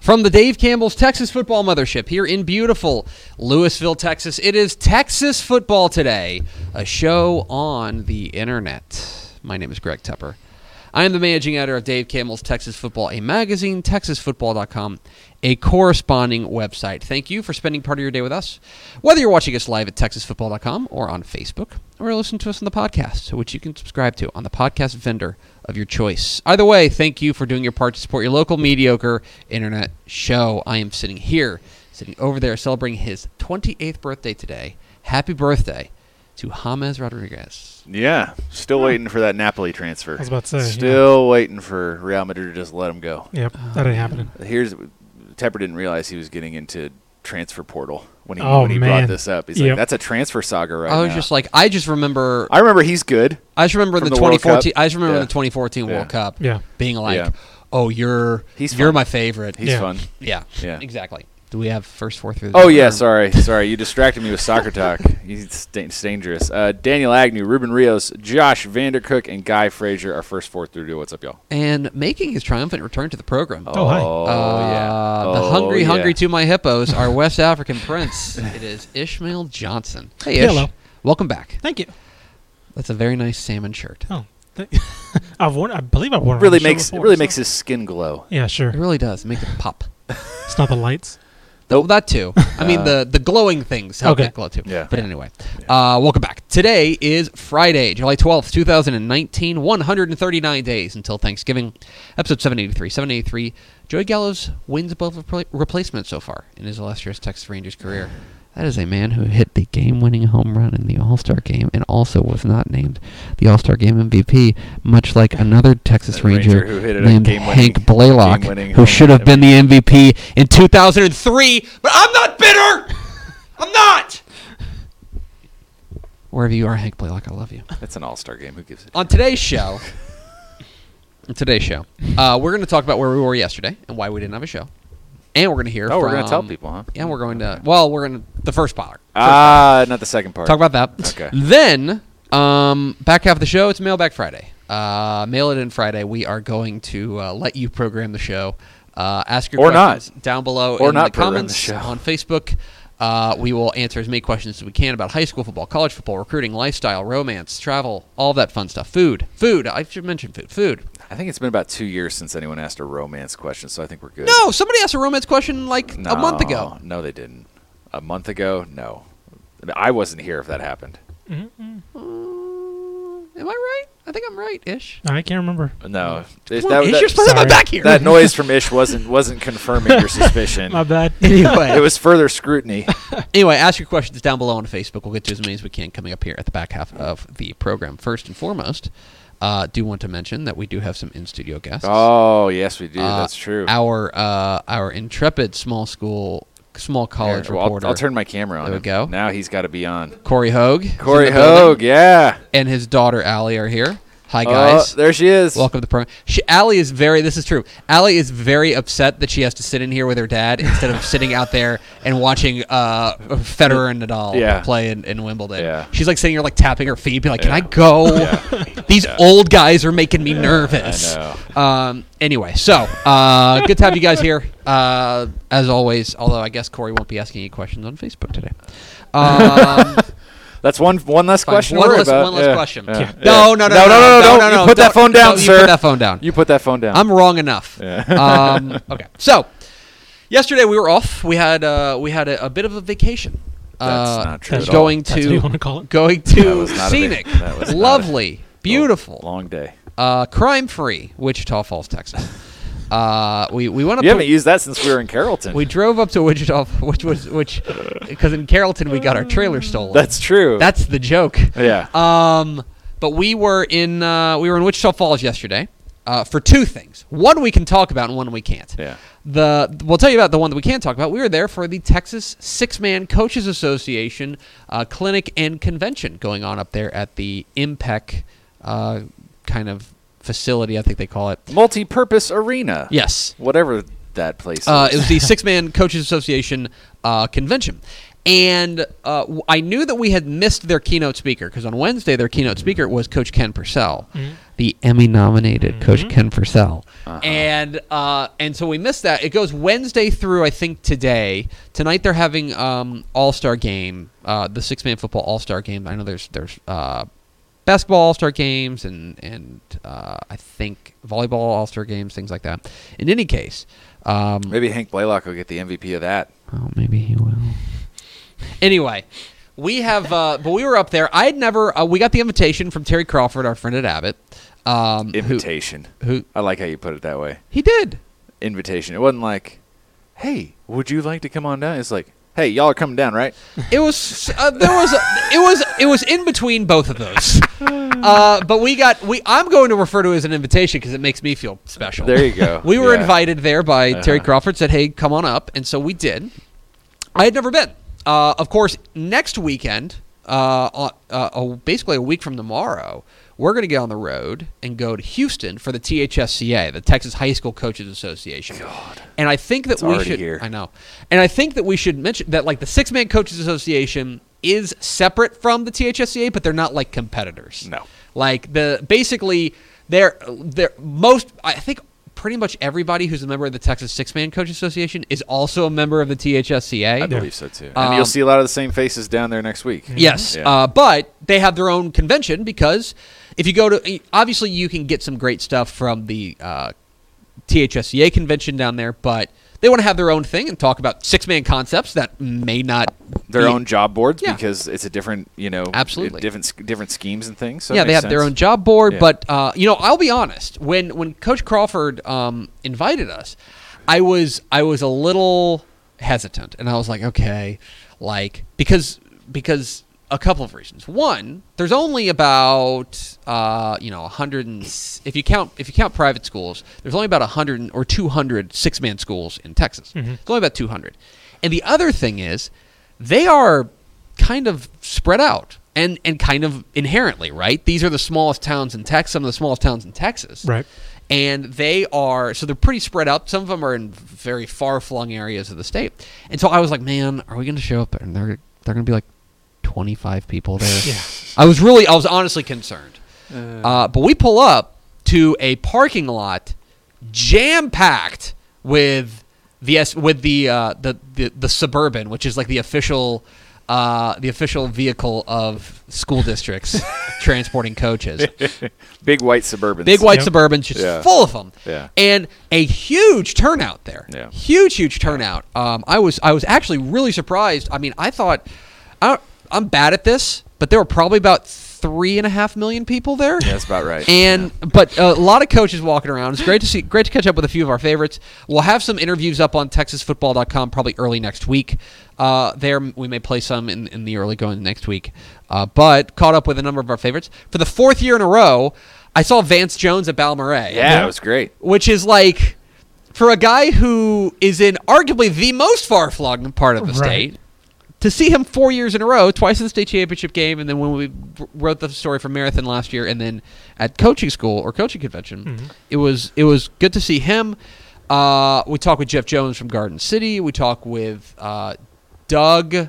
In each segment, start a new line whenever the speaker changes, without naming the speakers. From the Dave Campbell's Texas Football Mothership here in beautiful Louisville, Texas, it is Texas Football Today, a show on the internet. My name is Greg Tupper. I am the managing editor of Dave Campbell's Texas Football, a magazine, texasfootball.com, a corresponding website. Thank you for spending part of your day with us, whether you're watching us live at texasfootball.com or on Facebook, or listen to us on the podcast, which you can subscribe to on the podcast vendor of your choice. Either way, thank you for doing your part to support your local mediocre internet show. I am sitting here, sitting over there, celebrating his 28th birthday today. Happy birthday to James Rodriguez.
Yeah, still waiting for that Napoli transfer. I
was about to say, yeah.
Still waiting for Real Madrid to just let him go.
Yep, that ain't happening.
Here's Tepper didn't realize he was getting into transfer portal when he
Oh,
when he
man.
brought this up. He's
Yep.
like, "That's a transfer saga right
I was
now."
just like, I just remember
I remember he's good.
I just remember
From
the,
the World
2014.
Cup?
I just remember
Yeah.
the 2014 World
Yeah.
Cup.
Yeah.
being like,
Yeah.
oh, you're
He's
you're
fun.
my favorite.
He's
Yeah.
fun.
yeah,
Yeah.
exactly. Do we have first four through? The
Oh
door?
yeah, sorry, sorry. You distracted me with soccer talk. He's da- it's dangerous. Uh, Daniel Agnew, Ruben Rios, Josh Vandercook, and Guy Frazier are first four through to what's up, y'all.
And making his triumphant return to the program.
Oh, hi.
yeah.
Uh, the
Oh,
hungry,
yeah.
hungry to my hippos, our West African prince. It is Ishmael Johnson. Hey, Ish.
Hello.
Welcome back.
Thank you.
That's a very nice salmon shirt.
Oh, th- I've worn. I believe I've worn. it on
really
the show
makes it
before,
really
so-
makes his skin glow.
Yeah, sure.
It really does make it pop.
It's not the lights.
Though that too. I mean the the glowing things help
Okay.
that glow too.
Uh, Yeah.
But anyway, uh, welcome back. Today is Friday, July twelfth, two thousand and nineteen. One hundred and thirty nine days until Thanksgiving. Episode seven eighty three. Seven eighty three. Joey Gallo's wins above repla- replacement so far in his illustrious Texas Rangers career. That is a man who hit the game-winning home run in the All-Star game and also was not named the All-Star game MVP, much like another Texas
That Ranger
Ranger,
who hit a
named
game-winning-
Hank Blaylock,
game-winning
who
home
should have
run
been the MVP in 2003, but I'm not bitter. I'm not. Wherever you are, Hank Blaylock, I love you.
That's an all-star game. Who gives it?
On today's show, on today's show, uh, we're going to talk about where we were yesterday and why we didn't have a show, and we're going to hear.
Oh, we're gonna
from-
tell people, huh?
And we're going to. Well, we're going to the first spotter. Uh,
Ah, not the second part.
Talk about that.
Okay.
Then, um, back half of the show, it's Mailback Friday. Uh, mail it in Friday. We are going to uh, let you program the show. Uh, ask your
Or
questions
not.
down below
Or
in
not
the
program the
comments
show.
on Facebook. Uh, we will answer as many questions as we can about high school football, college football, recruiting, lifestyle, romance, travel, all that fun stuff. Food, food. I should mention food. Food.
I think it's been about two years since anyone asked a romance question, so I think we're good.
No, somebody asked a romance question like a month ago.
No, they didn't. A month ago? No. I mean, I wasn't here if that happened.
Uh, Am I right? I think I'm right, ish.
I can't remember.
No. Ish,
Come on, Ish, you're supposed to have my
Sorry.
back here.
that noise from Ish wasn't wasn't confirming your suspicion.
My bad.
anyway,
It was further scrutiny.
Anyway, ask your questions down below on Facebook. We'll get to as many as we can coming up here at the back half of the program. First and foremost, uh, do want to mention that we do have some in studio guests.
Oh, yes, we do.
Uh,
That's true.
Our uh, our intrepid small school, small
Here,
college
well, I'll-
reporter.
I'll, turn my camera on.
There we
him.
go.
Now he's got to be on.
Corey Hogue. is in
Corey
the building,
Hogue, yeah.
and his daughter Allie are here. Hi
Oh,
guys.
there she is.
Welcome to the program. She, Allie is very. This is true. Allie is very upset that she has to sit in here with her dad instead of sitting out there and watching uh, Federer and Nadal
Yeah.
play in, in Wimbledon.
Yeah.
She's like sitting here, like tapping her feet, being like, "Can
Yeah.
I go?
Yeah.
These old guys are making me nervous."
I
Um. Anyway, so uh, good to have you guys here. Uh, as always, although I guess Corey won't be asking any questions on Facebook today. Um,
That's one one less
Fine,
question. to
One
worry
less,
about.
one less
Yeah,
question.
yeah, yeah.
No, no, no, no,
no, no, You put
don't-
that phone down,
no,
sir.
You put that phone down.
You put that phone down.
I'm wrong enough.
Yeah.
um, okay. So yesterday we were off. We had uh, we had a, a bit of a vacation.
That's
uh,
not true
that's
at all.
Going
That's what
to
you wanna call it?
going
That
to
was not a big-
scenic,
that was not a- Oh,
lovely, beautiful,
Long day.
uh, crime-free Wichita Falls, Texas. Uh, we we went up.
You
to-
haven't used that since we were in Carrollton.
we drove up to Wichita, which was which, because in Carrollton we got our trailer stolen.
That's true.
That's the joke.
yeah.
Um, but we were in uh, we were in Wichita Falls yesterday. Uh, uh, for two things. One we can talk about, and one we can't.
Yeah.
The we'll tell you about the one that we can talk about. We were there for the Texas Six Man Coaches Association uh, clinic and convention going on up there at the Impec E uh, kind of facility. I think they call it.
Multi-purpose arena.
Yes.
Whatever that place.
Uh,
is.
it was the Six Man Coaches Association uh, convention. And uh, w- I knew that we had missed their keynote speaker because on Wednesday, their keynote speaker was Coach Ken Purcell, the Emmy nominated Coach Ken Purcell. And, uh, and so we missed that. It goes Wednesday through, I think, today. Tonight they're having um, All Star game, uh, the Six Man Football All Star game. I know there's, there's uh, basketball all star games and and uh, I think volleyball all star games, things like that. In any case, um,
Maybe Hank Blaylock will get the MVP of that.
oh, maybe he will. Anyway, we have uh, but we were up there. I had never. Uh, we got the invitation from Terry Crawford, our friend at Abbott. Um, who,
Invitation.
who
I like how you put it that way.
he did.
Invitation. It wasn't like, hey, would you like to come on down? It's like, hey, y'all are coming down, right?
It was uh, there was it was it was in between both of those. Uh, but we got we I'm going to refer to it as an invitation because it makes me feel special.
There you go.
we were
Yeah. Uh-huh.
invited there by Terry Crawford. Said, "Hey, come on up," and so we did. I had never been. Uh, of course, next weekend, uh, on- uh, uh, basically a week from tomorrow, we're going to get on the road and go to Houston for the THSCA, the Texas High School Coaches Association. God. And I think that we
already
should.
here.
I know, and I think that we should mention that like the Six Man Coaches Association is separate from the THSCA, but they're not like competitors.
No.
Like the basically they're they're most I think pretty much everybody who's a member of the Texas Six Man Coach Association is also a member of the THSCA.
I believe so too. And
Um,
you'll see a lot of the same faces down there next week.
Yes,
Mm-hmm. Yeah.
uh, but they have their own convention because if you go to, obviously you can get some great stuff from the uh, THSCA E convention down there, but they want to have their own thing and talk about six man concepts that may not
Their
be-
own job boards
Yeah.
because it's a different, you know,
Absolutely.
different s- different schemes and things. So it
yeah, they
makes
have their
sense.
own job board,
Yeah.
but uh, you know, I'll be honest. When when Coach Crawford um, invited us, I was I was a little hesitant, and I was like, okay, like because because a couple of reasons. One, there's only about uh, you know 100 and s- if you count if you count private schools, there's only about 100 and- or 200 six man schools in Texas.
Mm-hmm.
It's only about 200. And the other thing is, they are kind of spread out and and kind of inherently right these are the smallest towns in texas some of the smallest towns in texas
Right.
and they are so they're pretty spread out some of them are in very far-flung areas of the state and so i was like man are we going to show up and they're they're going to be like 25 people there
Yeah.
i was really i was honestly concerned uh, but we pull up to a parking lot jam-packed with the S- with the, uh, the the the suburban, which is like the official uh, the official vehicle of school districts transporting coaches.
big white suburban.
Big white
Yep.
suburbans, just
Yeah.
full of them,
Yeah.
and a huge turnout there.
Yeah.
Huge, huge turnout. Um, I was I was actually really surprised. I mean, I thought I don't, I'm bad at this, but there were probably about three and a half million people there.
Yeah, that's about right.
And but a lot of coaches walking around. It's great to see, great to catch up with a few of our favorites. We'll have some interviews up on TexasFootball.com probably early next week. Uh, there we may play some in, in the early going next week. Uh, but caught up with a number of our favorites for the fourth year in a row. I saw Vance Jones at Balmoray
yeah, it was great.
which is like for a guy who is in arguably the most far-flung part of the
Right.
state to see him four years in a row twice in the state championship game and then when we w- wrote the story for marathon last year and then at coaching school or coaching convention it was it was good to see him uh, we talked with jeff jones from garden city we talked with uh, doug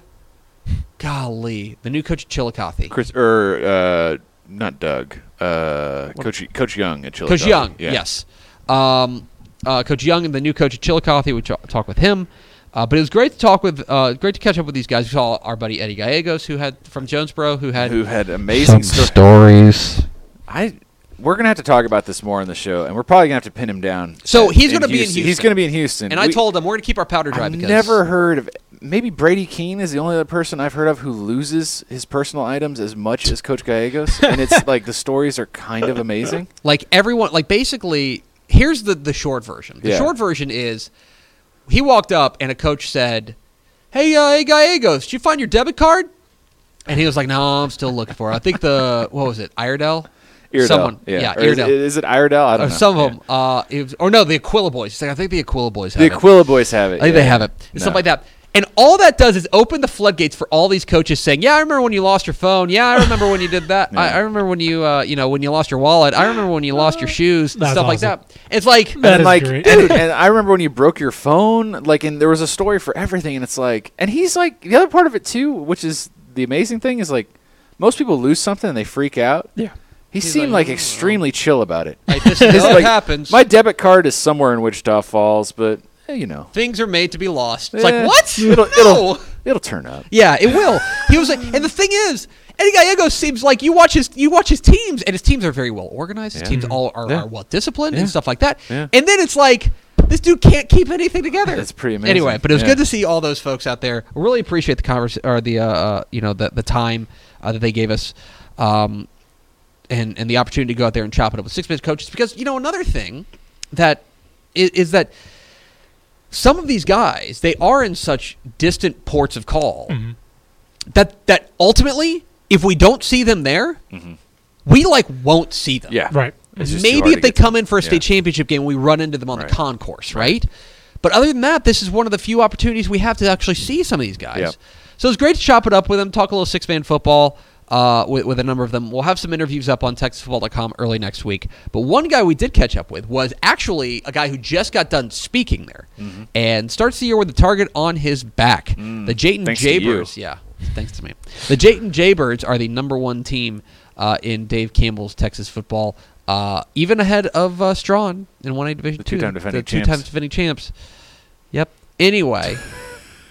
golly the new coach at chillicothe
Chris or uh, not Doug. Uh, Coach Coach Young at Chile.
Coach Young, yes. Um, uh, coach Young and the new coach at Chillicothe, we ch- talk with him. Uh, but it was great to talk with, uh, great to catch up with these guys. We saw our buddy Eddie Gallegos, who had from Jonesboro, who had
who had amazing stories.
stories.
I we're gonna have to talk about this more on the show, and we're probably gonna have to pin him down.
So
at-
he's gonna be in
He's
Houston.
gonna be in Houston.
And I
We-
told him we're gonna keep our powder dry
I've
because
never heard of. Maybe Brady Keene is the only other person I've heard of who loses his personal items as much as Coach Gallegos, and it's like the stories are kind of amazing.
like everyone like basically here's the the short version the
Yeah.
short version is he walked up and a coach said hey uh hey gallegos did you find your debit card and he was like no i'm still looking for it i think the what was it iredell
Iredell.
Someone- yeah,
Or is,
Iredell.
is it Iredell? I don't
Or
know.
some
Yeah.
of them. Uh, it was- or no, the Aquila Boys. It's like, I think the Aquila Boys have
The
it.
Aquila boys have it.
I think
yeah.
they have it. It's
No.
Stuff like that. And all that does is open the floodgates for all these coaches saying, "Yeah, I remember when you lost your phone. Yeah, I remember when you did that. I, I remember when you, uh, you know, when you lost your wallet. I remember when you lost
Uh,
your shoes and
That's
stuff like
awesome.
that." It's like
That
and
is
like,
great.
dude, and I remember when you broke your phone, like, and there was a story for everything, and it's like, and he's like, the other part of it too, which is the amazing thing, is like, most people lose something and they freak out.
Yeah.
He
He's
seemed
like, "Oh."
like, extremely chill about it.
Like, this
He's
is how
like,
it happens.
My debit card is somewhere in Wichita Falls, but eh, you know,
Things are made to be lost. It's
Eh,
like what?
It'll,
no.
it'll it'll turn up.
Yeah, it will. He was like, and the thing is, Eddie Gallego seems like you watch his you watch his teams, and his teams are very well organized. His
Yeah. Mm-hmm.
teams all are,
Yeah.
are well disciplined
Yeah.
and stuff like that.
Yeah.
And then it's like this dude can't keep anything together.
That's pretty amazing.
Anyway, but it was
Yeah.
good to see all those folks out there. I Really appreciate the convers or the uh, uh, you know the the time uh, that they gave us. Um, and and the opportunity to go out there and chop it up with six minute coaches because you know another thing that is, is that some of these guys they are in such distant ports of call that that ultimately if we don't see them there we like won't see them
Yeah,
Right.
It's just too hard
maybe
to
if they
get to
come in for a
Yeah.
state championship game we run into them on
Right.
the concourse right but other than that this is one of the few opportunities we have to actually see some of these guys
Yep.
so it's great to chop it up with them talk a little six-man football uh, with, with a number of them we'll have some interviews up on texasfootball.com early next week but one guy we did catch up with was actually a guy who just got done speaking there
Mm-hmm.
and starts the year with a target on his back
Mm.
the jayton
Thanks to you.
jaybirds yeah, thanks to me. The Jayton Jaybirds are the number one team uh, in Dave Campbell's Texas football, uh, even ahead of uh, Strawn in 1A Division
The
Two,
two-time defending
the two-time
champs.
defending champs. Yep. Anyway,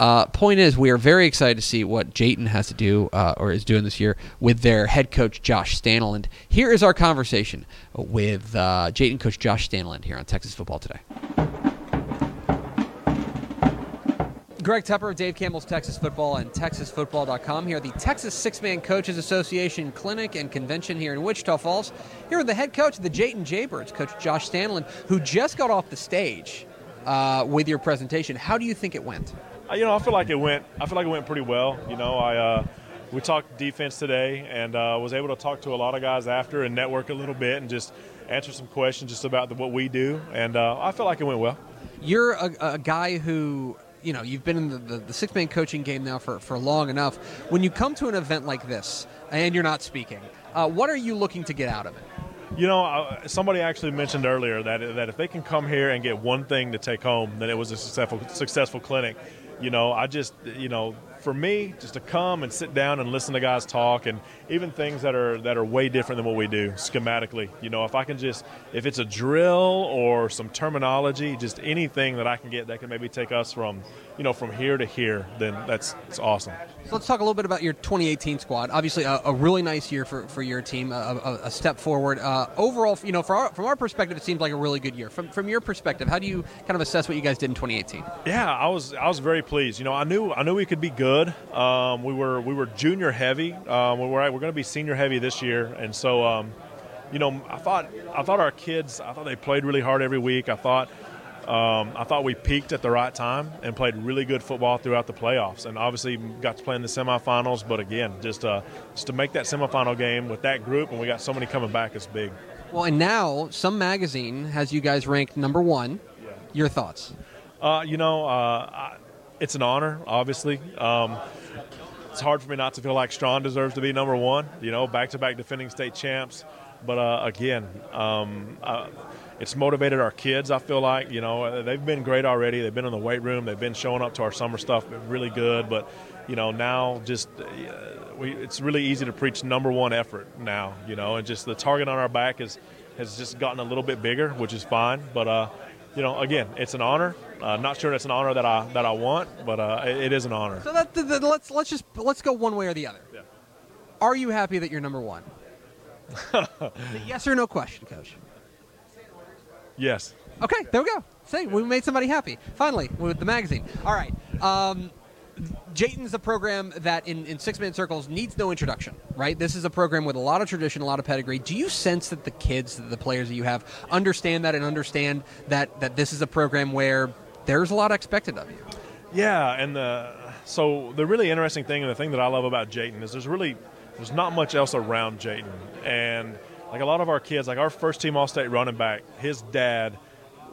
uh, point is, we are very excited to see what Jayton has to do uh, or is doing this year with their head coach Josh Stanland. Here is our conversation with uh, Jayton coach Josh Stanland here on Texas Football Today. Greg Tupper of Dave Campbell's Texas Football and TexasFootball.com here at the Texas Six Man Coaches Association Clinic and Convention here in Wichita Falls. Here with the head coach of the Jayton Jaybirds, Coach Josh Stanlin, who just got off the stage uh, with your presentation. How do you think it went?
Uh, You know, I feel like it went. I feel like it went pretty well. You know, I uh, we talked defense today, and uh, was able to talk to a lot of guys after and network a little bit, and just answer some questions just about the, what we do. And uh, I feel like it went well.
You're a, a guy who, you know, you've been in the, the, the six man coaching game now for, for long enough. When you come to an event like this and you're not speaking, uh, what are you looking to get out of it?
You know, I, somebody actually mentioned earlier that that if they can come here and get one thing to take home, then it was a successful successful clinic. You know, I just you know, for me, just to come and sit down and listen to guys talk, and even things that are that are way different than what we do schematically. You know, if I can just if it's a drill or some terminology, just anything that I can get that can maybe take us from you know from here to here, then that's it's awesome.
So let's talk a little bit about your 2018 squad. Obviously, a, a really nice year for, for your team, a, a, a step forward. Uh, overall, you know, for our, from our perspective, it seems like a really good year. From, from your perspective, how do you kind of assess what you guys did in 2018?
Yeah, I was I was very pleased. You know, I knew I knew we could be good. Um, we were we were junior heavy. Um, we were we're going to be senior heavy this year, and so um, you know I thought I thought our kids I thought they played really hard every week. I thought um, I thought we peaked at the right time and played really good football throughout the playoffs, and obviously got to play in the semifinals. But again, just uh, just to make that semifinal game with that group, and we got so many coming back is big.
Well, and now some magazine has you guys ranked number one. Your thoughts?
Uh, you know, uh, I, it's an honor, obviously. Um, it's hard for me not to feel like Strawn deserves to be number one, you know, back to back defending state champs. But uh, again, um, uh, it's motivated our kids, I feel like. You know, Uh, they've been great already. They've been in the weight room, they've been showing up to our summer stuff, been really good. But, you know, now just. Uh, we, it's really easy to preach number one effort now, you know, and just the target on our back is, has just gotten a little bit bigger, which is fine. But uh, you know, again, it's an honor. Uh, not sure it's an honor that I that I want, but uh, it, it is an honor.
So that, th- th- let's let's just let's go one way or the other.
Yeah.
Are you happy that you're number one? yes or no question, Coach.
Yes.
Okay, there we go. Say we made somebody happy finally with the magazine. All right, um, Jayton's a program that in, in six minute circles needs no introduction, right? This is a program with a lot of tradition, a lot of pedigree. Do you sense that the kids, that the players that you have, understand that and understand that that this is a program where there's a lot expected of you?
Yeah, and the so the really interesting thing and the thing that I love about Jayton is there's really there's not much else around Jayton, and Like a lot of our kids, like our first team All State running back, his dad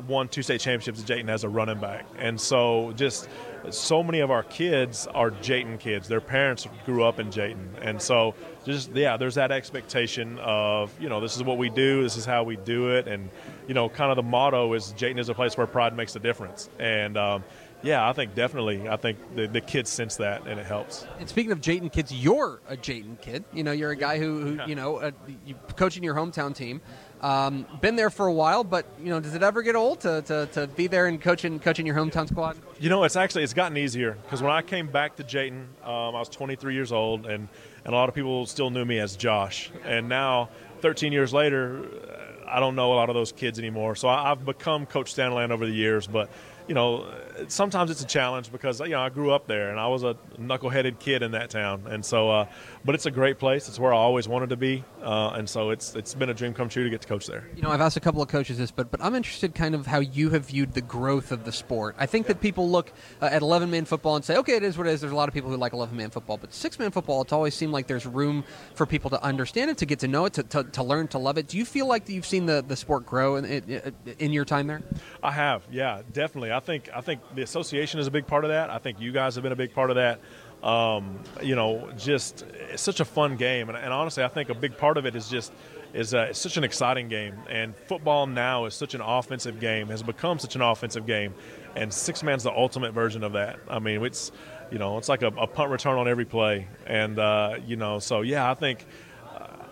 won two state championships at Jayton as a running back. And so just so many of our kids are Jayton kids. Their parents grew up in Jayton. And so just yeah, there's that expectation of, you know, this is what we do, this is how we do it and you know, kind of the motto is Jayton is a place where pride makes a difference. And um, yeah, I think definitely. I think the, the kids sense that and it helps.
And speaking of Jayton kids, you're a Jayton kid. You know, you're a guy who, who you know, uh, you coaching your hometown team. Um, been there for a while, but you know, does it ever get old to, to, to be there and coaching coaching your hometown squad?
You know, it's actually it's gotten easier because when I came back to Jayton, um, I was 23 years old, and and a lot of people still knew me as Josh. And now, 13 years later, uh, I don't know a lot of those kids anymore. So I, I've become Coach Stanland over the years, but you know, uh, sometimes it's a challenge because you know I grew up there and I was a knuckleheaded kid in that town, and so. Uh, but it's a great place. It's where I always wanted to be, uh, and so it's it's been a dream come true to get to coach there.
You know, I've asked a couple of coaches this, but but I'm interested kind of how you have viewed the growth of the sport. I think that people look uh, at 11 man football and say, okay, it is what it is. There's a lot of people who like 11 man football, but six man football, it's always seemed like there's room for people to understand it, to get to know it, to, to, to learn to love it. Do you feel like that you've seen the, the sport grow in, in, in your time there?
I have, yeah, definitely. I think I think the association is a big part of that. I think you guys have been a big part of that. Um, you know, just it's such a fun game, and, and honestly, I think a big part of it is just is uh, it's such an exciting game. And football now is such an offensive game, has become such an offensive game, and six man's the ultimate version of that. I mean, it's you know, it's like a, a punt return on every play, and uh, you know, so yeah, I think.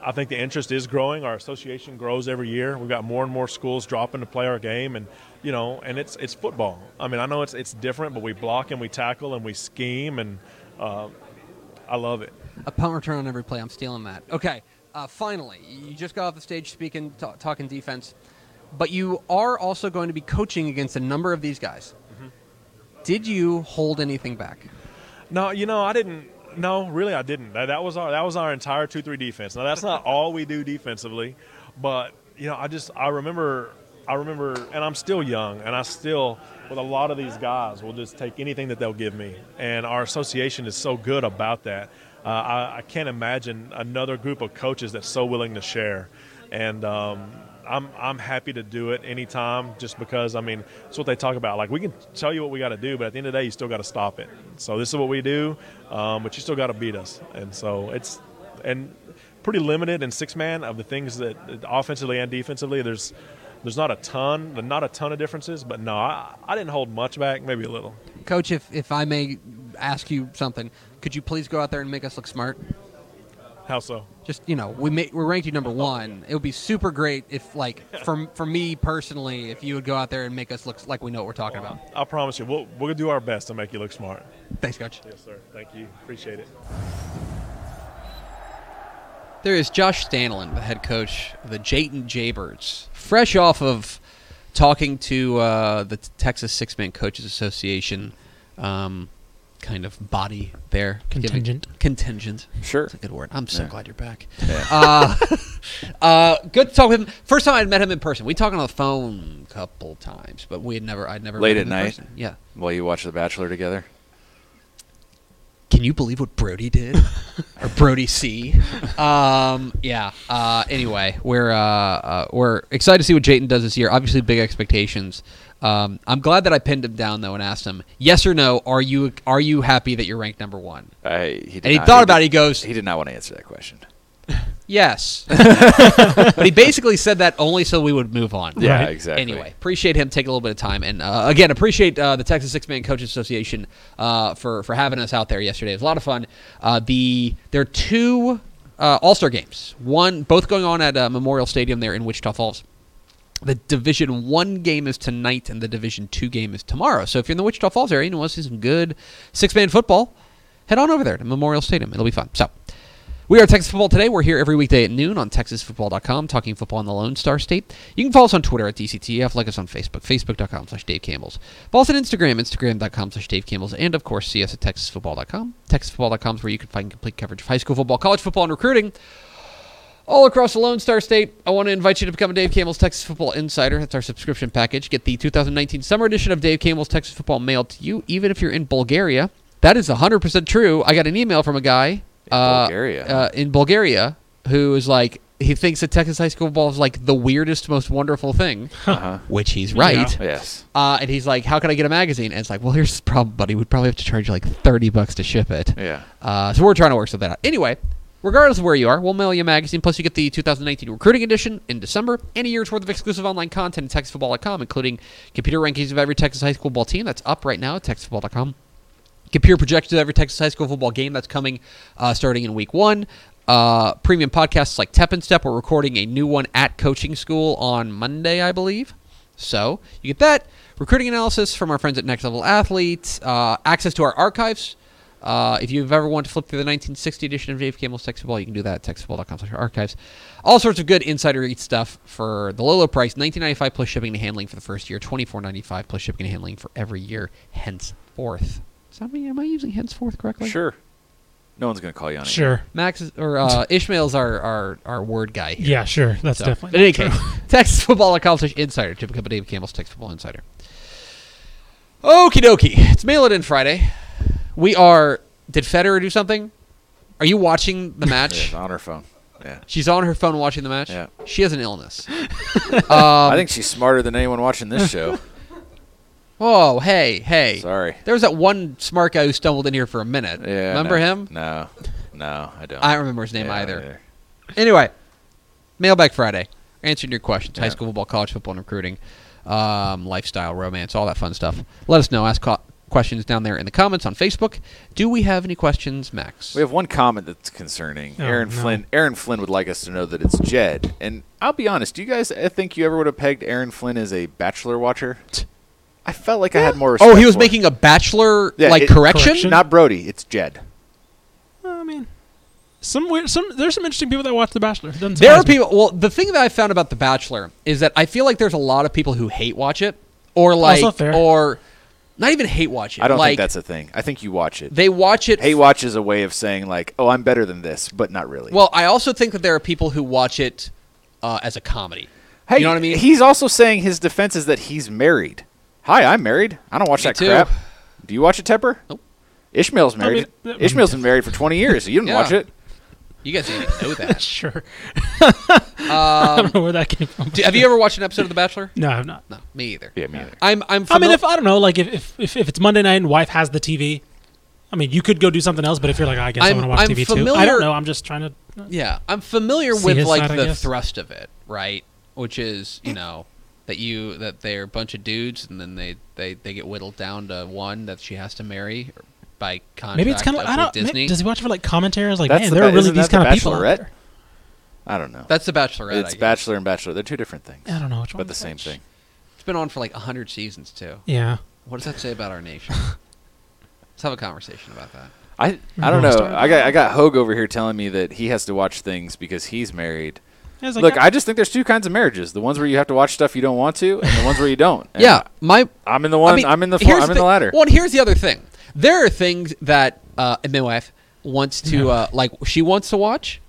I think the interest is growing. Our association grows every year. We've got more and more schools dropping to play our game, and you know, and it's it's football. I mean, I know it's it's different, but we block and we tackle and we scheme, and uh, I love it.
A punt return on every play. I'm stealing that. Okay. Uh, finally, you just got off the stage speaking, ta talking defense, but you are also going to be coaching against a number of these guys. Did you hold anything back?
No, you know, I didn't. No, really, I didn't. That, that was our that was our entire two three defense. Now that's not all we do defensively, but you know, I just I remember I remember, and I'm still young, and I still with a lot of these guys will just take anything that they'll give me, and our association is so good about that. Uh, I, I can't imagine another group of coaches that's so willing to share, and um, I'm I'm happy to do it anytime just because I mean it's what they talk about. Like we can tell you what we got to do, but at the end of the day, you still got to stop it. So this is what we do, um, but you still got to beat us. And so it's and pretty limited in six man of the things that offensively and defensively. There's there's not a ton, not a ton of differences, but no, I, I didn't hold much back, maybe a little.
Coach, if, if I may ask you something, could you please go out there and make us look smart?
How so?
just you know we may, we ranked you number one. It would be super great if like for for me personally, if you would go out there and make us look like we know what we're talking about.
I promise you, we'll we'll do our best to make you look smart.
Thanks, coach.
Yes, sir. Thank you. Appreciate it.
There is Josh Stanlin, the head coach of the Jayton Jaybirds, fresh off of talking to uh, the Texas Six Man Coaches Association. Um, kind of body there Giving-
Contingent.
contingent
Sure.
That's a good word. I'm so glad you're back.
Yeah.
Uh, uh, good to talk with him. First time I'd met him in person. We talked on the phone a couple times, but we had never. I'd never
Late
met
at
him in
night?
person. Yeah.
While you watch The Bachelor together.
Can you believe what Brody did? or Brody C? Um, yeah. Uh, anyway, we're uh, uh, we're excited to see what Jayton does this year. Obviously, big expectations. Um, I'm glad that I pinned him down though and asked him, yes or no, are you are you happy that you're ranked number one?
I, he did
And he
not-
thought
did-
about it. He goes,
He did not want to answer that question.
Yes. but he basically said that only so we would move on.
Yeah,
Right.
exactly.
Anyway, appreciate him taking a little bit of time, and uh, again, appreciate uh, the Texas Six Man Coaches Association uh, for for having us out there yesterday. It was a lot of fun. Uh, the there are two uh, All Star games, one both going on at uh, Memorial Stadium there in Wichita Falls. The Division One game is tonight, and the Division Two game is tomorrow. So if you're in the Wichita Falls area and you want to see some good six man football, head on over there to Memorial Stadium. It'll be fun. So. We are Texas Football Today. We're here every weekday at noon on TexasFootball.com, talking football in the Lone Star State. You can follow us on Twitter at DCTF, like us on Facebook, Facebook.com slash Dave Campbell's. Follow us on Instagram, Instagram.com slash Dave Campbell's, and of course, see us at TexasFootball.com. TexasFootball.com is where you can find complete coverage of high school football, college football, and recruiting all across the Lone Star State. I want to invite you to become a Dave Campbell's Texas Football Insider. That's our subscription package. Get the 2019 summer edition of Dave Campbell's Texas Football mailed to you, even if you're in Bulgaria. That is 100% true. I got an email from a guy
In Bulgaria?
uh, in Bulgaria who is like, he thinks that Texas high school football is like the weirdest, most wonderful thing,
Uh-huh.
which he's right.
Yes.
Uh, and he's like, "How can I get a magazine?" And it's like, "Well, here's the problem, buddy. We'd probably have to charge you like thirty bucks to ship it."
Yeah.
Uh, so we're trying to work something out. Anyway, regardless of where you are, we'll mail you a magazine. Plus, you get the 2019 recruiting edition in December and a year's worth of exclusive online content at TexasFootball.com, including computer rankings of every Texas high school ball team. That's up right now at TexasFootball.com. Computer projections of every Texas high school football game that's coming uh, starting in week one. Uh, premium podcasts like Tep and Step. We're recording a new one at Coaching School on Monday, I believe. So you get that recruiting analysis from our friends at Next Level Athletes, uh, access to our archives. Uh, if you've ever wanted to flip through the 1960 edition of Dave Campbell's Texas Football, you can do that at texasfootball.com slash archives. All sorts of good insider eat stuff for the low, low price, 19.95 plus shipping and handling for the first year, 24.95 plus shipping and handling for every year henceforth. Is that me? Am I using henceforth correctly?
Sure. No one's gonna call you on it.
Sure.
Max is- or uh, Ishmael's our, our our word guy here.
Yeah, sure. That's
So,
definitely.
In any case, Texas Football Accomplish Insider to become a Dave Campbell's Texas Football Insider. Okie dokie. It's Mail It In Friday. We are. Did Federer do something? Are you watching the match?
Yeah, on her phone. Yeah.
She's on her phone watching the match.
Yeah.
She has an illness. Um,
I think she's smarter than anyone watching this show.
Oh, hey, hey.
Sorry.
There was that one smart guy who stumbled in here for a minute.
Yeah.
Remember
no.
him?
No. No, I don't.
I don't remember his name
Yeah,
either.
yeah.
Anyway, Mailbag Friday. Answering your questions. High
Yeah.
school football, college football, and recruiting, um, lifestyle, romance, all that fun stuff. Let us know. Ask co- questions down there in the comments on Facebook. Do we have any questions, Max?
We have one comment that's concerning.
Oh,
Aaron
no.
Flynn. Aaron Flynn would like us to know that it's Jed. And I'll be honest, do you guys I think you ever would have pegged Aaron Flynn as a bachelor watcher? I felt like I had more. Respect
oh, he was
for
making a bachelor
Yeah,
like
it-
correction?
correction.
him. not Brody. It's Jed.
I mean, some weird, some there's some interesting people that watch The Bachelor. Doesn't
There are
surprise me.
people. Well, the thing that I found about The Bachelor is that I feel like there's a lot of people who hate watch it, or like,
not fair.
or not even hate watch it.
I don't
like,
think that's a thing. I think you watch it.
they watch it.
Hate watch is a way of saying like, oh, I'm better than this, but not really.
Well, I also think that there are people who watch it uh, as a comedy.
hey,
you know what I mean?
He's also saying his defense is that he's married. Hi, I'm married. I don't watch
Me
that
too.
crap. Do you watch it, Tepper?
Nope.
Ishmael's
mean,
married.
that-
Ishmael's been married for 20 years. So you didn't
Yeah.
watch it.
You guys didn't even know that.
Sure. I don't know where that came from.
Do- have you ever watched an episode of The Bachelor?
No, I'm not.
No, me either.
Yeah, me either.
I'm. I'm.
I mean,
famil-
if I don't know, like if, if if if it's Monday night and wife has the TV, I mean, you could go do something else. But if you're like, "Oh, I guess i
I'm-
want to watch
I'm
TV too. I
familiar-
don't know. I'm just trying to.
yeah, I'm familiar
See
with
his
like
side, I
the
guess.
thrust of it, right? Which is, you know, that you that they're a bunch of dudes, and then they they they get whittled down to one that she has to marry by contract.
Maybe it's kind of.
up
I don't.
with
Disney.
Disney.
does he watch for like commentaries? Like, man,
the
there
ba-
are really
isn't
these
that
kind
the
of people. out
Bachelorette?
there.
I don't know.
That's The Bachelorette.
it's
I guess.
Bachelor and Bachelor. They're two different things,
I don't know which one.
but the
to
same
watch.
thing.
It's been on for like hundred seasons too.
Yeah.
What does that say about our nation? Let's have a conversation about that.
I I
You
don't
wanna
know.
start?
I got I got Hogue over here telling me that he has to watch things because he's married.
It's like,
Look, I just think there's two kinds of marriages: the ones where you have to watch stuff you don't want to, and the ones where you don't. And
yeah, my
I'm in the one. I
I mean,
am in the. Fo-
here's
I'm in the latter.
Well, and here's the other thing. There are things that uh, my wife wants to uh, like. She wants to watch,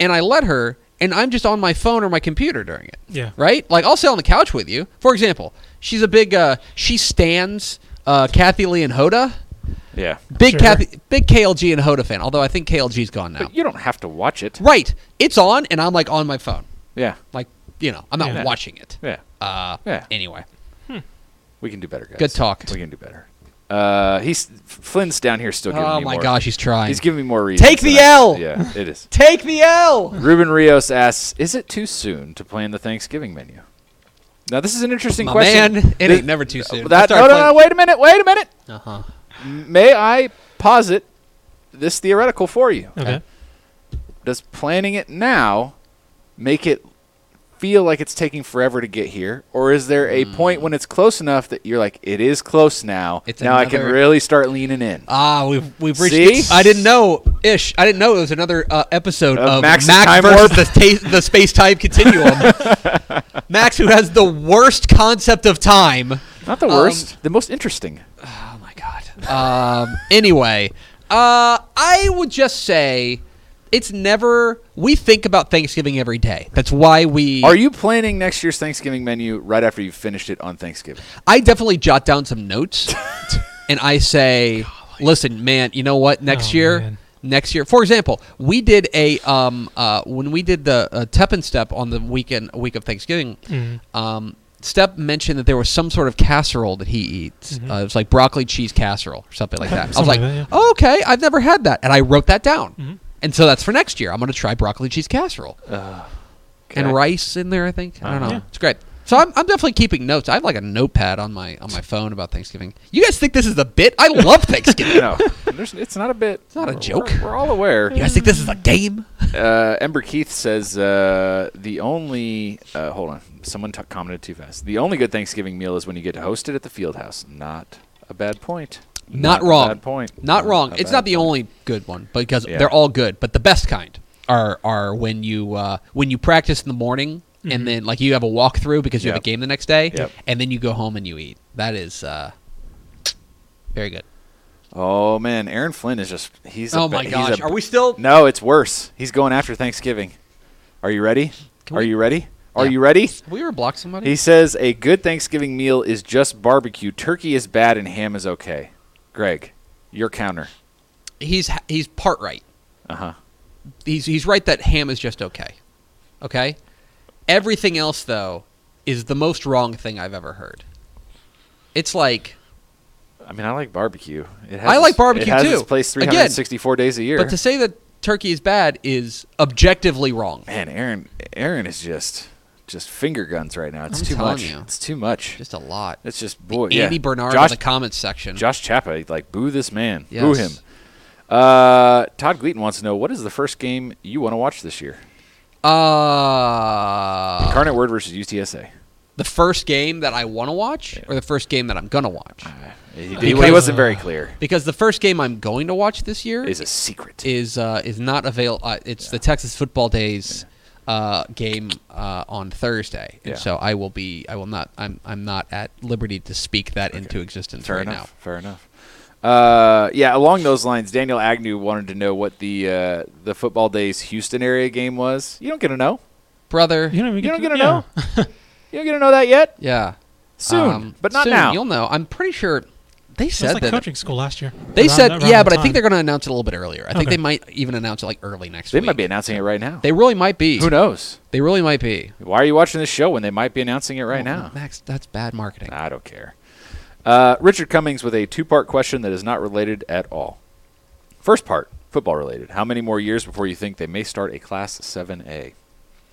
and I let her. And I'm just on my phone or my computer during it.
Yeah.
Right. Like I'll sit on the couch with you. For example, she's a big. Uh, she stands uh, Kathy Lee and Hoda.
Yeah,
Big
Sure.
Kathy, big KLG and Hoda fan. Although I think KLG's gone now.
but you don't have to watch it.
Right. It's on, and I'm like on my phone.
Yeah,
Like you know, I'm not
Yeah.
watching it.
yeah.
Uh,
Yeah.
Anyway,
We can do better, guys.
Good talk.
We can do better. Uh, he's Flynn's down here still giving
oh
me
my
more.
gosh, he's trying.
he's giving me more reasons.
Take the
than I-
L.
Yeah, it is.
Take the L.
Ruben Rios asks, "Is it too soon to plan the Thanksgiving menu?" Now this is an interesting
My
question.
man, it
Thi-
ain't never too soon.
That, no, no, no, wait a minute, wait a minute.
Uh huh.
May I posit this theoretical for you?
okay.
Does planning it now make it feel like it's taking forever to get here, or is there
Hmm.
a point when it's close enough that you're like, "It is close now.
It's
now I can
another-
really start leaning in."
Ah, we've we've reached.
See?
I didn't know ish. I didn't know it was another uh, episode
Of
of
Max's
Max
Time
versus the, ta- the space time continuum. Max, who has the worst concept of time.
Not the worst,
um,
the most interesting.
Oh my god. Um. anyway, uh, I would just say. It's never. We think about Thanksgiving every day. That's why we.
Are you planning next year's Thanksgiving menu right after you finished it on Thanksgiving?
I definitely jot down some notes and I say, listen, man, you know what? Next
Oh,
year,
man.
next year. For example, we did a um, uh, when we did the uh, Teppen Step on the weekend week of Thanksgiving.
Mm-hmm.
Um, Step mentioned that there was some sort of casserole that he eats. Uh, it was like broccoli cheese casserole or something like that. I was like,
Mm-hmm. Something like that, yeah. Mm-hmm.
oh, okay, I've never had that, and I wrote that down. And so that's for next year. I'm going to try broccoli cheese casserole and rice in there. I think I don't know.
Yeah.
It's great. So I'm, I'm definitely keeping notes. I have like a notepad on my on my phone about Thanksgiving. You guys think this is a bit? I love Thanksgiving.
No, there's, it's not a bit. It's
not a joke.
We're, all aware.
You guys think this is a game?
Uh, Ember Keith says uh, the only. Uh, hold on, someone t- commented too fast. The only good Thanksgiving meal is when you get to host it at the field house. Not a bad point.
Not,
a
wrong.
bad point.
Not wrong.
a
It's
bad
not the
point.
only good one because
Yeah.
they're all good, but the best kind are are when you uh, when you practice in the morning and then like you have a walkthrough because you have
Yep.
a game the next day,
Yep.
and then you go home and you eat. That is uh, very good.
Oh man, Aaron Flynn is just. He's. a
oh
ba-
my
he's
gosh,
a-
are we still?
No, it's worse. He's going after Thanksgiving. Are you ready?
Can
Are
we-
you ready? Are
Yeah.
you ready?
Have we ever blocked somebody?
He says a good Thanksgiving meal is just barbecue. Turkey is bad and ham is okay. Greg, your counter.
he's he's part right.
Uh huh.
He's he's right that ham is just okay. Okay? Everything else though is the most wrong thing I've ever heard. It's like
I mean, I like barbecue. It has
I like
its-
barbecue,
it has
too.
Its place
Again,
364 days a year.
but to say that turkey is bad is objectively wrong.
man, Aaron, Aaron is just just finger guns right now. It's
I'm
too
telling
much.
you.
It's too much.
Just a lot.
it's just boy. yeah.
Andy Bernard
Josh,
in the comments section.
Josh Chapa, like boo this man,
Yes.
boo him. Uh, Todd Gleaton wants to know what is the first game you want to watch this year?
Uh
Incarnate Word versus UTSA.
the first game that I want to watch or the first game that I'm going to watch?
He, he
Because-
wasn't very clear.
Because the first game I'm going to watch this year
Is a secret.
is uh, is not avail. Uh, it's the Texas Football Days uh, game uh, on Thursday, and
Yeah.
so I will be. I will not. I'm I'm not at liberty to speak that into existence
Fair
right
enough. Fair enough. Uh, yeah, along those lines, Daniel Agnew wanted to know what the uh, the football days Houston area game was. You don't get to know.
now, brother.
You don't even
You don't get to
yeah.
know. you don't get to know that yet.
yeah,
Soon,
Um,
but not
soon
now.
You'll know. I'm pretty sure they
That's
said
like
that.
coaching school last year.
They
Around
said,
that- around
yeah,
that
but I
time.
think they're going to announce it a little bit earlier. I think
Okay.
they might even announce it like early next
they
week.
might be announcing it right now.
They really might be.
Who knows?
They really might be.
Why are you watching this show when they might be announcing it right
Oh,
now?
Max, that's bad marketing.
I don't care. Uh, Richard Cummings with a two part question that is not related at all. First part, football related. How many more years before you think they may start a Class 7A?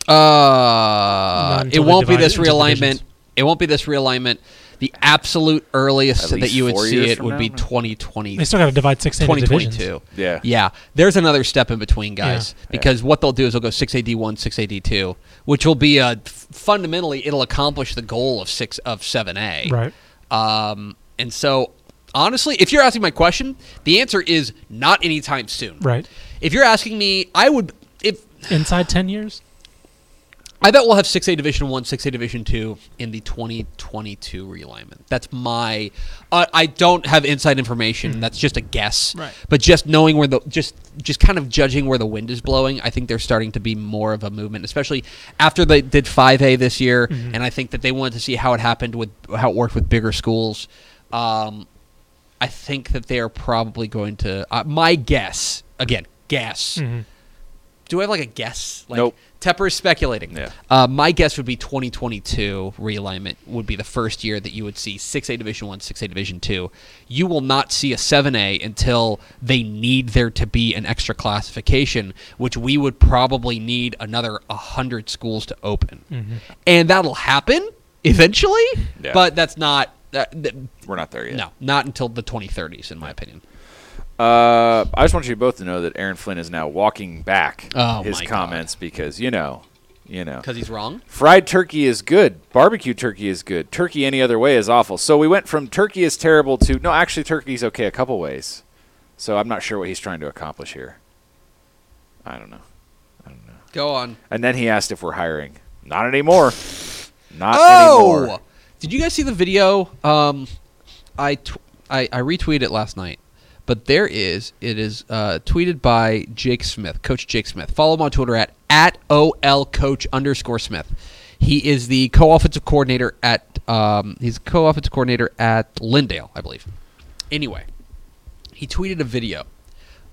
Uh,
Not
it
until they
won't be
divide
this
it into
realignment.
divisions.
It won't be this realignment. The absolute earliest
At
that
least
you would
four
see
years
it
from
would be
now?
2020,
They still got to divide six into divisions.
2022.
Yeah.
Yeah. There's another step in between, guys,
Yeah.
because what they'll do is they'll go 6AD1, 6AD2, which will be a fundamentally it'll accomplish the goal of six of 7A.
Right.
Um, and so, honestly, if you're asking my question, the answer is not anytime soon.
Right.
If you're asking me, I would if
Inside ten years.
I bet we'll have 6A Division 1, 6A Division 2 in the 2022 realignment. That's my uh, I don't have inside information. That's just a guess.
Right.
But just knowing where the just just kind of judging where the wind is blowing, I think there's starting to be more of a movement, especially after they did 5A this year and I think that they wanted to see how it happened with how it worked with bigger schools. Um, I think that they are probably going to uh, my guess, again, guess.
Hmm. Mm-hmm.
Do I have like a guess? Like
Nope.
Tepper is speculating.
Yeah.
Uh, my guess would be 2022 realignment would be the first year that you would see 6A Division 1, 6A Division 2. You will not see a 7A until they need there to be an extra classification, which we would probably need another 100 schools to open. And that'll happen eventually,
Yeah.
but that's not that, that-
We're not there yet.
no, not until the 2030s in my opinion.
Uh, I just want you both to know that Aaron Flynn is now walking back
Oh,
his
my God.
comments because you know, you know,
Cuz he's wrong.
fried turkey is good, barbecue turkey is good, turkey any other way is awful. So we went from turkey is terrible to no, actually turkey's okay a couple ways. So I'm not sure what he's trying to accomplish here. I don't know.
Go on.
And then he asked if we're hiring. Not anymore. Not
Oh!
anymore.
Did you guys see the video? Um, I, tw- I I retweeted it last night, but there is it is uh, tweeted by Jake Smith, Coach Jake Smith. Follow him on Twitter at at ol coach underscore Smith. He is the co offensive coordinator at um, he's co offensive coordinator at Lindale, I believe. Anyway, he tweeted a video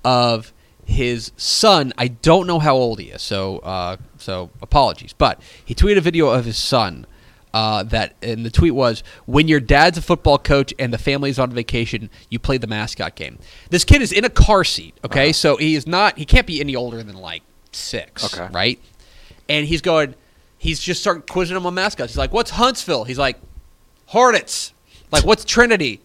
of his son. I don't know how old he is, so uh, so apologies. But he tweeted a video of his son. Uh, that and the tweet was when your dad's a football coach and the family's on vacation you play the mascot game this kid is in a car seat okay so he is not he can't be any older than like six
Okay.
right and he's going he's just started quizzing him on mascots he's like what's huntsville he's like hornets like what's trinity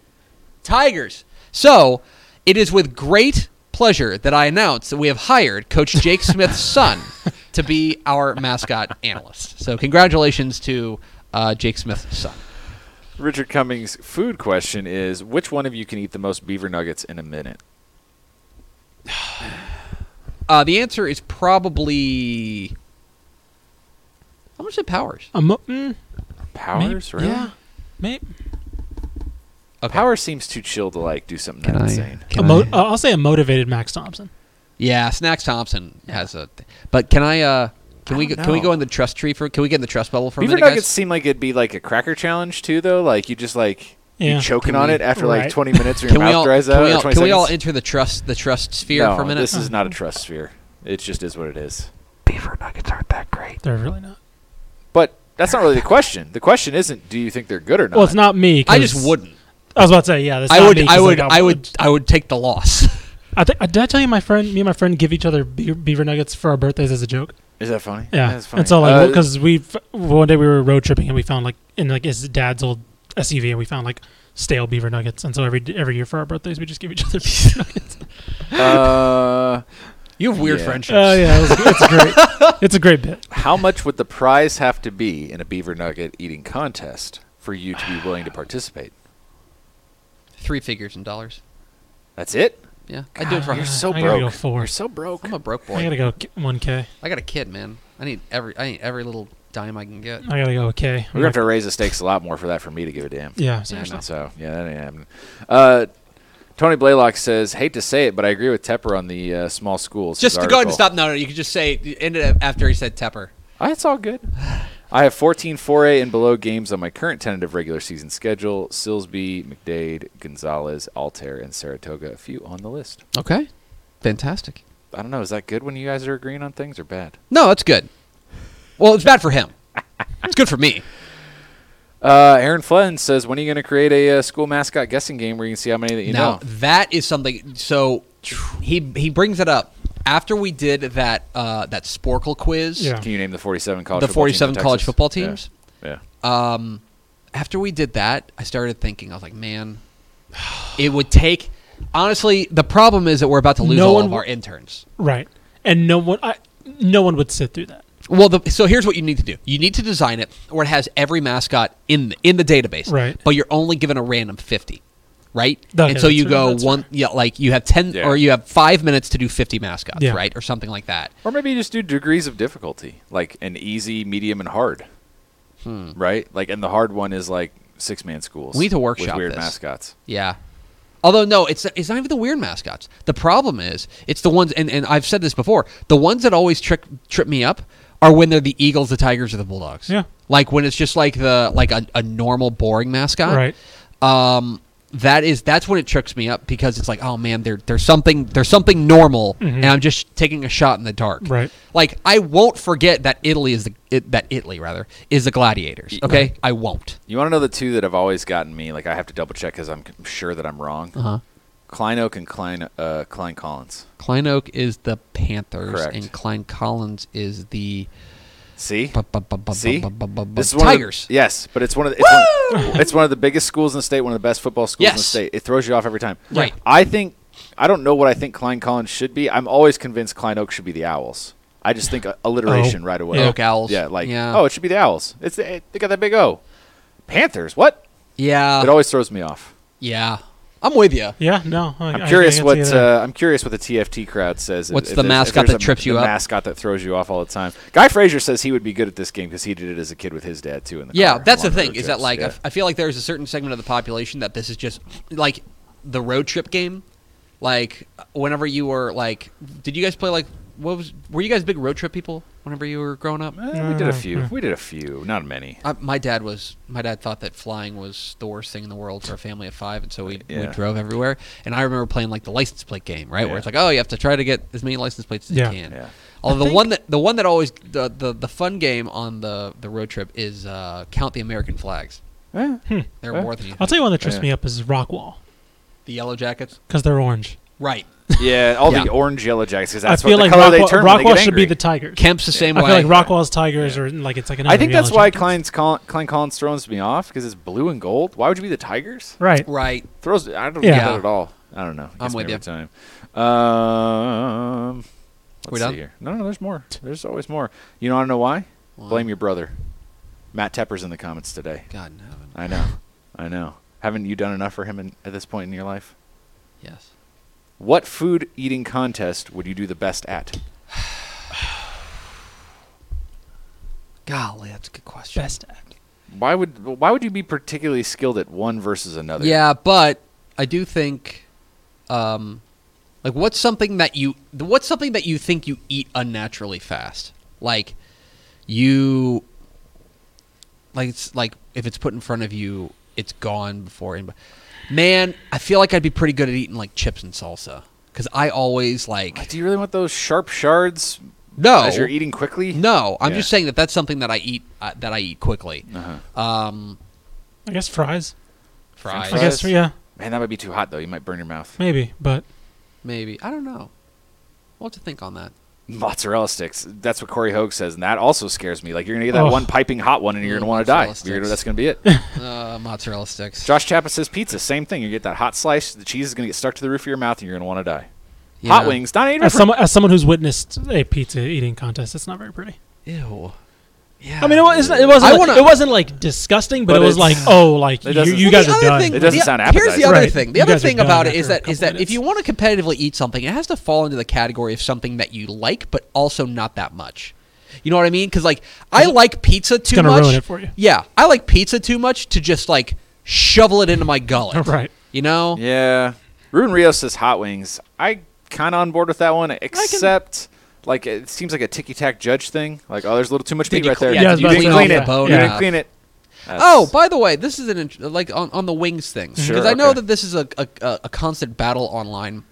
Tigers. So it is with great pleasure that I announce that we have hired Coach Jake Smith's son to be our mascot analyst. So congratulations to uh, Jake Smith's son.
Richard Cummings' food question is: Which one of you can eat the most beaver nuggets in a minute?
Uh, the answer is probably. How much did Powers?
Um, mm,
Powers, really?
Yeah. Maybe.
Okay.
Powers seems too chill to like do something that insane.
A mo- uh, I'll say a motivated Max Thompson.
yeah, Snacks Thompson has a. Th- but can I? Uh, can we?
I
Go,
don't
can we
know.
go in the trust tree for? Can we get in the trust bubble for a
Beaver
minute, guys?
nuggets seem like it'd be like a cracker challenge too, though. Like you just like
Yeah.
you choking
Can
on
we-
it after like
Right.
20 minutes, or your
Can we
mouth
all?
dries
can
out.
we
or
all,
20
can we all
seconds?
enter the trust? The trust sphere
no,
for a minute.
This is not a trust sphere. It just is what it is.
They're really not.
But that's not really the question. The question isn't do you think they're good or not.
Well, it's not me.
I just
'cause-
wouldn't.
I was about to say, yeah. That's
I
not
would,
me 'cause
I
they
would,
got
I would,
woods.
I would take the loss.
I think, did I tell you my friend, me and my friend give each other beaver, beaver nuggets for our birthdays as a joke?
Is that funny?
Yeah,
that's funny.
It's all like
Uh,
because we f- one day we were road tripping and we found like in like his dad's old SUV and we found like stale beaver nuggets and so every every year for our birthdays we just give each other beaver nuggets.
uh,
You have weird
Yeah.
friendships.
Oh yeah, it was- it's great. It's a great bit.
how much would the prize have to be in a beaver nugget eating contest for you to be willing to participate?
Three figures in dollars.
That's it.
Yeah, I do it for.
You're so
I gotta
broke.
go four.
You're so broke.
I'm a broke boy.
I gotta go one k.
a kid, man. I need every. I need every little dime I can get.
I gotta go a k.
We're gonna have to raise the stakes a lot more for that for me to give a damn.
yeah,
Yeah,
seriously.
So yeah, that ain't happening. Uh, Tony Blaylock says, "Hate to say it, but I agree with Tepper on the uh, small schools." his
Just to go ahead and
article.
stop. No, no. You could just say end it after he said Tepper.
Ah, it's all good. I have 14 4A and below games on my current tentative regular season schedule: Silsby, McDade, Gonzalez, Altair, and Saratoga. A few on the list.
Okay, fantastic.
I don't know. Is that good when you guys are agreeing on things, or bad?
No, that's good. Well, it's bad for him. It's good for me.
Uh, Aaron Flynn says, "When are you going to create a uh, school mascot guessing game where you can see how many that you
now
know?"
that is something. So he he brings it up after we did that uh, that Sporkle quiz.
Yeah.
Can you name the 47 college
The
football teams in
47 college
Texas?
football
Yeah.
teams?
yeah.
um, after we did that, I started thinking. I was like, man, it would take. Honestly, the problem is that we're about to lose
No
all
one
of
w-
our interns.
Right, and no one, I, no one would sit through that.
Well, the, so here's what you need to do. You need to design it where it has every mascot in the, in the database,
Right.
But you're only given a random fifty, right?
Okay,
and so you
that's-
go
that's
one, yeah, like you have ten
Yeah.
or you have five minutes to do fifty mascots,
Yeah.
right, or something like that.
Or maybe you just do degrees of difficulty, like an easy, medium, and hard. Right? Like, and the hard one is like six man schools.
Hmm. We need to
with
workshop
weird
this.
mascots.
Yeah. Although no, it's it's not even the weird mascots. The problem is it's the ones, and, and I've said this before. The ones that always trick trip me up are when they're the Eagles, the Tigers, or the Bulldogs.
Yeah.
Like when it's just like the like a, a normal boring mascot.
Right.
Um. That is that's when it tricks me up because it's like oh man there there's something there's something normal and I'm just taking a shot in the dark
Mm-hmm. Right.
like I won't forget that Italy is the it, that Italy rather is the gladiators okay I won't
You want to know the two that have always gotten me? Like, I have to double check because I'm c- sure that I'm wrong.
uh-huh
Klein Oak and Klein, uh, Klein Collins.
Klein Oak is the Panthers,
Correct.
and Klein Collins is the
See?
bu- bu- bu- bu-
See?
bu- bu- bu- bu-
This is one of the-
Tigers.
yes, but it's one of the, it's, one, it's one of the biggest schools in the state, one of the best football schools in the
Yes.
state. It throws you off every time.
Right.
I think I don't know what I think Klein Collins should be. I'm always convinced Klein Oak should be the Owls. I just think a- alliteration
Oh.
right away.
Yeah.
Oak Owls.
Yeah, like
Yeah.
oh, it should be the Owls. It's the, they got that big O. Panthers. What? it
Yeah,
always throws me off.
yeah. I'm with you.
Yeah, no. I,
I'm
I- I
curious
can see
what
that.
uh, I'm curious what the TFT crowd says. if-
What's
if
the
there's- if
mascot
there's
that
a-
trips you
the
up?
Mascot that throws you off all the time. Guy Frazier says he would be good at this game because he did it as a kid with his dad too. In the
Yeah,
car
that's the
along
thing.
road
Is that
trips.
like I
Yeah.
f I I feel like there's a certain segment of the population that this is just like the road trip game. Like whenever you were like, did you guys play like what was? Were you guys big road trip people whenever you were growing up?
Eh, we did a
Mm-hmm.
few. We did a few, not many.
I, my dad was. My dad thought that flying was the worst thing in the world for a family of five, and so we, we
Yeah.
drove everywhere. And I remember playing like the license plate game, right? Where
Yeah.
it's like, oh, you have to try to get as many license plates as
Yeah.
you can.
Yeah.
Although the
think-
one that the one that always the, the, the fun game on the, the road trip is uh, count the American flags.
Eh,
There are
Huh?
more than you.
I'll
Think.
tell you one that trips
Yeah.
me up is Rockwall
The Yellow Jackets.
because they're orange.
Right.
Yeah, all
Yeah.
the orange yellow jackets because that's
I feel
what
like
the color they turn
Rockwall,
when they
Rockwall
get
should be
angry.
the tiger.
Kemp's the same
I
way.
feel like Rockwall's tigers are like it's like another.
I think that's
yellow
why
jacket.
Klein's Col- Klein Collins throws me off because it's blue and gold. Why would you be the Tigers?
Right.
Right.
Throws I don't
Yeah.
get that at all. I don't know. It
I'm
gets me
with
every
you.
Time. Um, let's
We
see
done?
here. No, no, there's more. There's always more. You know, I don't know why. Blame your brother. Matt Tepper's in the comments today.
God in heaven.
I know. I know. Haven't you done enough for him in, at this point in your life?
Yes.
What food eating contest would you do the best at?
Golly, that's a good question.
Best act.
Why would why would you be particularly skilled at one versus another?
Yeah, but I do think, um, like, what's something that you what's something that you think you eat unnaturally fast? Like, you, like it's like if it's put in front of you, it's gone before anybody. Man, I feel like I'd be pretty good at eating like chips and salsa because I always like
Do you really want those sharp shards
no
as you're eating quickly?
no. I'm
Yeah.
just saying that that's something that I eat uh, that I eat quickly.
Uh-huh.
Um,
I guess fries.
fries,
I guess
Fries?
yeah,
Man, that might be too hot though. You might burn your mouth.
maybe, but
maybe I don't know. We'll have to think on that.
Mozzarella sticks. That's what Corey Hogue says, and that also scares me. Like you're gonna get that
Oh.
one piping hot one, and you're gonna want to
Mozzarella
die.
sticks.
You're gonna, that's gonna be it.
Uh, mozzarella sticks.
Josh Chappa says pizza. Same thing. You get that hot slice. The cheese is gonna get stuck to the roof of your mouth, and you're gonna want to die.
Yeah.
Hot wings. Not any
as
different.
someone as someone who's witnessed a pizza eating contest, it's not very pretty.
Ew. Yeah.
I mean, it, was, it wasn't.
I
like-
wanna-
it wasn't like disgusting, but,
But
it was like,
it's-
oh, like
It
you,
doesn't-
you
Well,
guys
the
are
other
done.
thing-
It doesn't
the-
sound
Here's the
appetizing.
other
Right.
thing. The
You
other
guys are
thing
done
about it
after
is
a
that
couple
is that if
minutes.
you want to competitively eat something, it has to fall into the category of something that you like, but also not that much. You know what I mean? Because like I like pizza too
gonna
much.
ruin it for you.
Yeah, I like pizza too much to just like shovel it into my gullet.
Right.
You know.
Yeah. Ruben Rios says hot wings. I kind of on board with that one, except like it seems like a ticky tack judge thing. Like, oh, there's a little too much
Did
meat
you
right
cl-
there.
yeah, I was
you
about to
didn't
say,
clean
yeah.
it.
Bone
You
up.
didn't clean it.
Oh,
That's-
by the way, this is an int- like on, on the wings thing because
Sure,
I know
okay.
that this is a, a, a a constant battle online.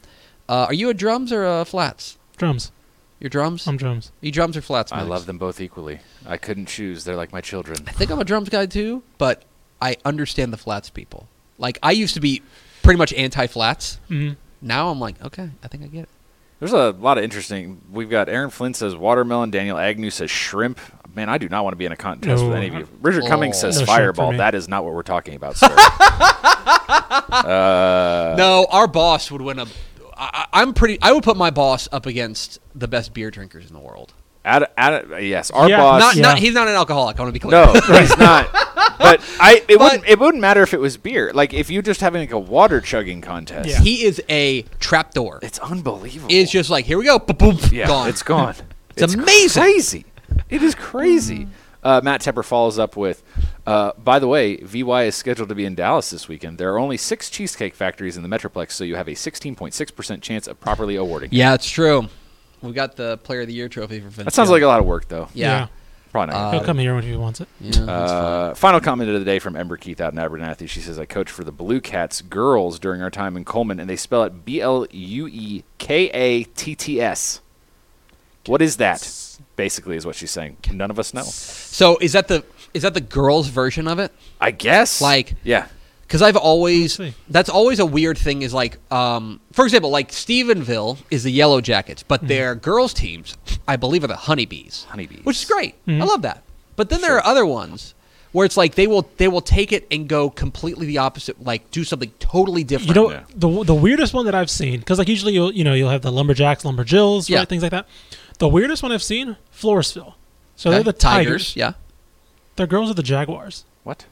Uh, are you a drums or a flats?
Drums.
Your drums?
I'm drums.
you drums or flats?
I
Max?
love them both equally. I couldn't choose. They're like my children.
I think I'm a drums guy too, but I understand the flats people. Like I used to be pretty much anti flats.
Mhm.
Now I'm like, okay, I think I get it.
There's a lot of interesting. We've got Aaron Flynn says watermelon. Daniel Agnew says shrimp. Man, I do not want to be in a contest
No.
with any of you. Richard Cummings
Oh.
says
No shrimp for
fireball.
me.
That is not what we're talking about, sir. uh,
no, our boss would win a. I, I- I'm pretty. I would put my boss up against the best beer drinkers in the world.
Ad, ad, yes, our
Yeah.
boss.
Not, not
Yeah.
he's not an alcoholic. I want to be clear.
Uh, No, it's not. But I it wouldn't
But-
it wouldn't matter if it was beer. Like if you just having like a water chugging contest.
Yeah.
he is a trapdoor.
It's unbelievable.
It's just like here we go, boom,
yeah,
gone.
it's gone.
It's amazing.
Crazy. It is crazy. Uh, Matt Tepper follows up with, uh, by the way, VY is scheduled to be in Dallas this weekend. There are only six cheesecake factories in the Metroplex, so you have a 16.6% chance of properly awarding. it.
yeah, it's true. We got the Player of the Year trophy for Vince.
That sounds
Gill.
like a lot of work, though.
yeah. Uh,
Probably not. gonna
He'll come here when he wants it.
yeah. Oh, that's fine.
Uh, final comment of the day from Ember Keith out in Abernathy. She says, I coached for the Blue Cats girls during our time in Coleman, and they spell it B L U E K A T T S. What is that? Basically, is what she's saying. None of us know.
So is that the is that the girls' version of it?
I guess.
Like-
yeah.
Because I've always
see.
that's always a weird thing is like um, for example like Stephenville is the Yellow Jackets,
Mm-hmm.
but their girls teams I believe are the Honeybees,
Honeybees.
which is great.
Mm-hmm.
I love that. But then there are other ones where it's like they will they will take it and go completely the opposite, like do something totally different.
You know
Yeah.
the the weirdest one that I've seen because like usually you'll you know you'll have the lumberjacks, lumberjills,
Yeah.
right, things like that. The weirdest one I've seen, Floresville. So
Okay?
they're the tigers.
yeah.
Their girls are the jaguars.
What?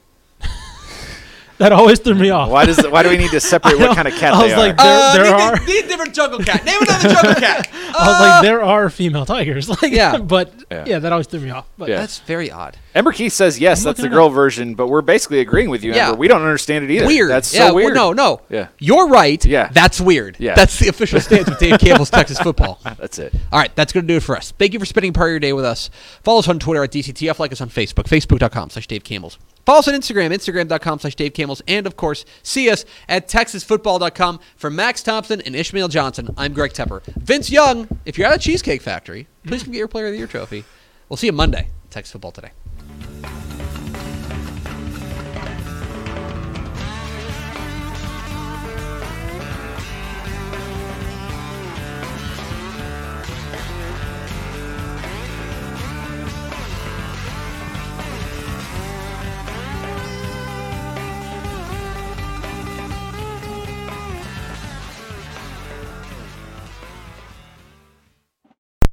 That always threw me off.
Why does? Why do we need to separate what kind of cat
I
they
was
are?
like,
Uh,
there, there
name,
are.
name- name a different jungle cat. Name another jungle cat.
I was like, there are female tigers. Like,
uh, Yeah.
but
Yeah.
yeah. that always threw me off. But
Yeah.
That's very odd.
Ember Keith says yes,
I'm
that's the
looking
girl version, but we're basically agreeing with you,
Yeah.
Ember. We don't understand it either.
Weird.
That's so
yeah, well,
weird.
no, no.
Yeah.
You're right.
Yeah.
That's weird.
Yeah.
That's the official stance of Dave Campbell's Texas football.
That's it.
All right, that's going to do it for us. Thank you for spending part of your day with us. Follow us on Twitter at DCTF. Like us on Facebook, facebook.com slash Dave Campbell's. Follow us on Instagram, instagram.com slash Dave Campbell's. And, of course, see us at texasfootball.com. For Max Thompson and Ishmael Johnson, I'm Greg Tepper. Vince Young, if you're at a Cheesecake Factory, please come get your Player of the Year trophy. We'll see you Monday, Texas Football Today.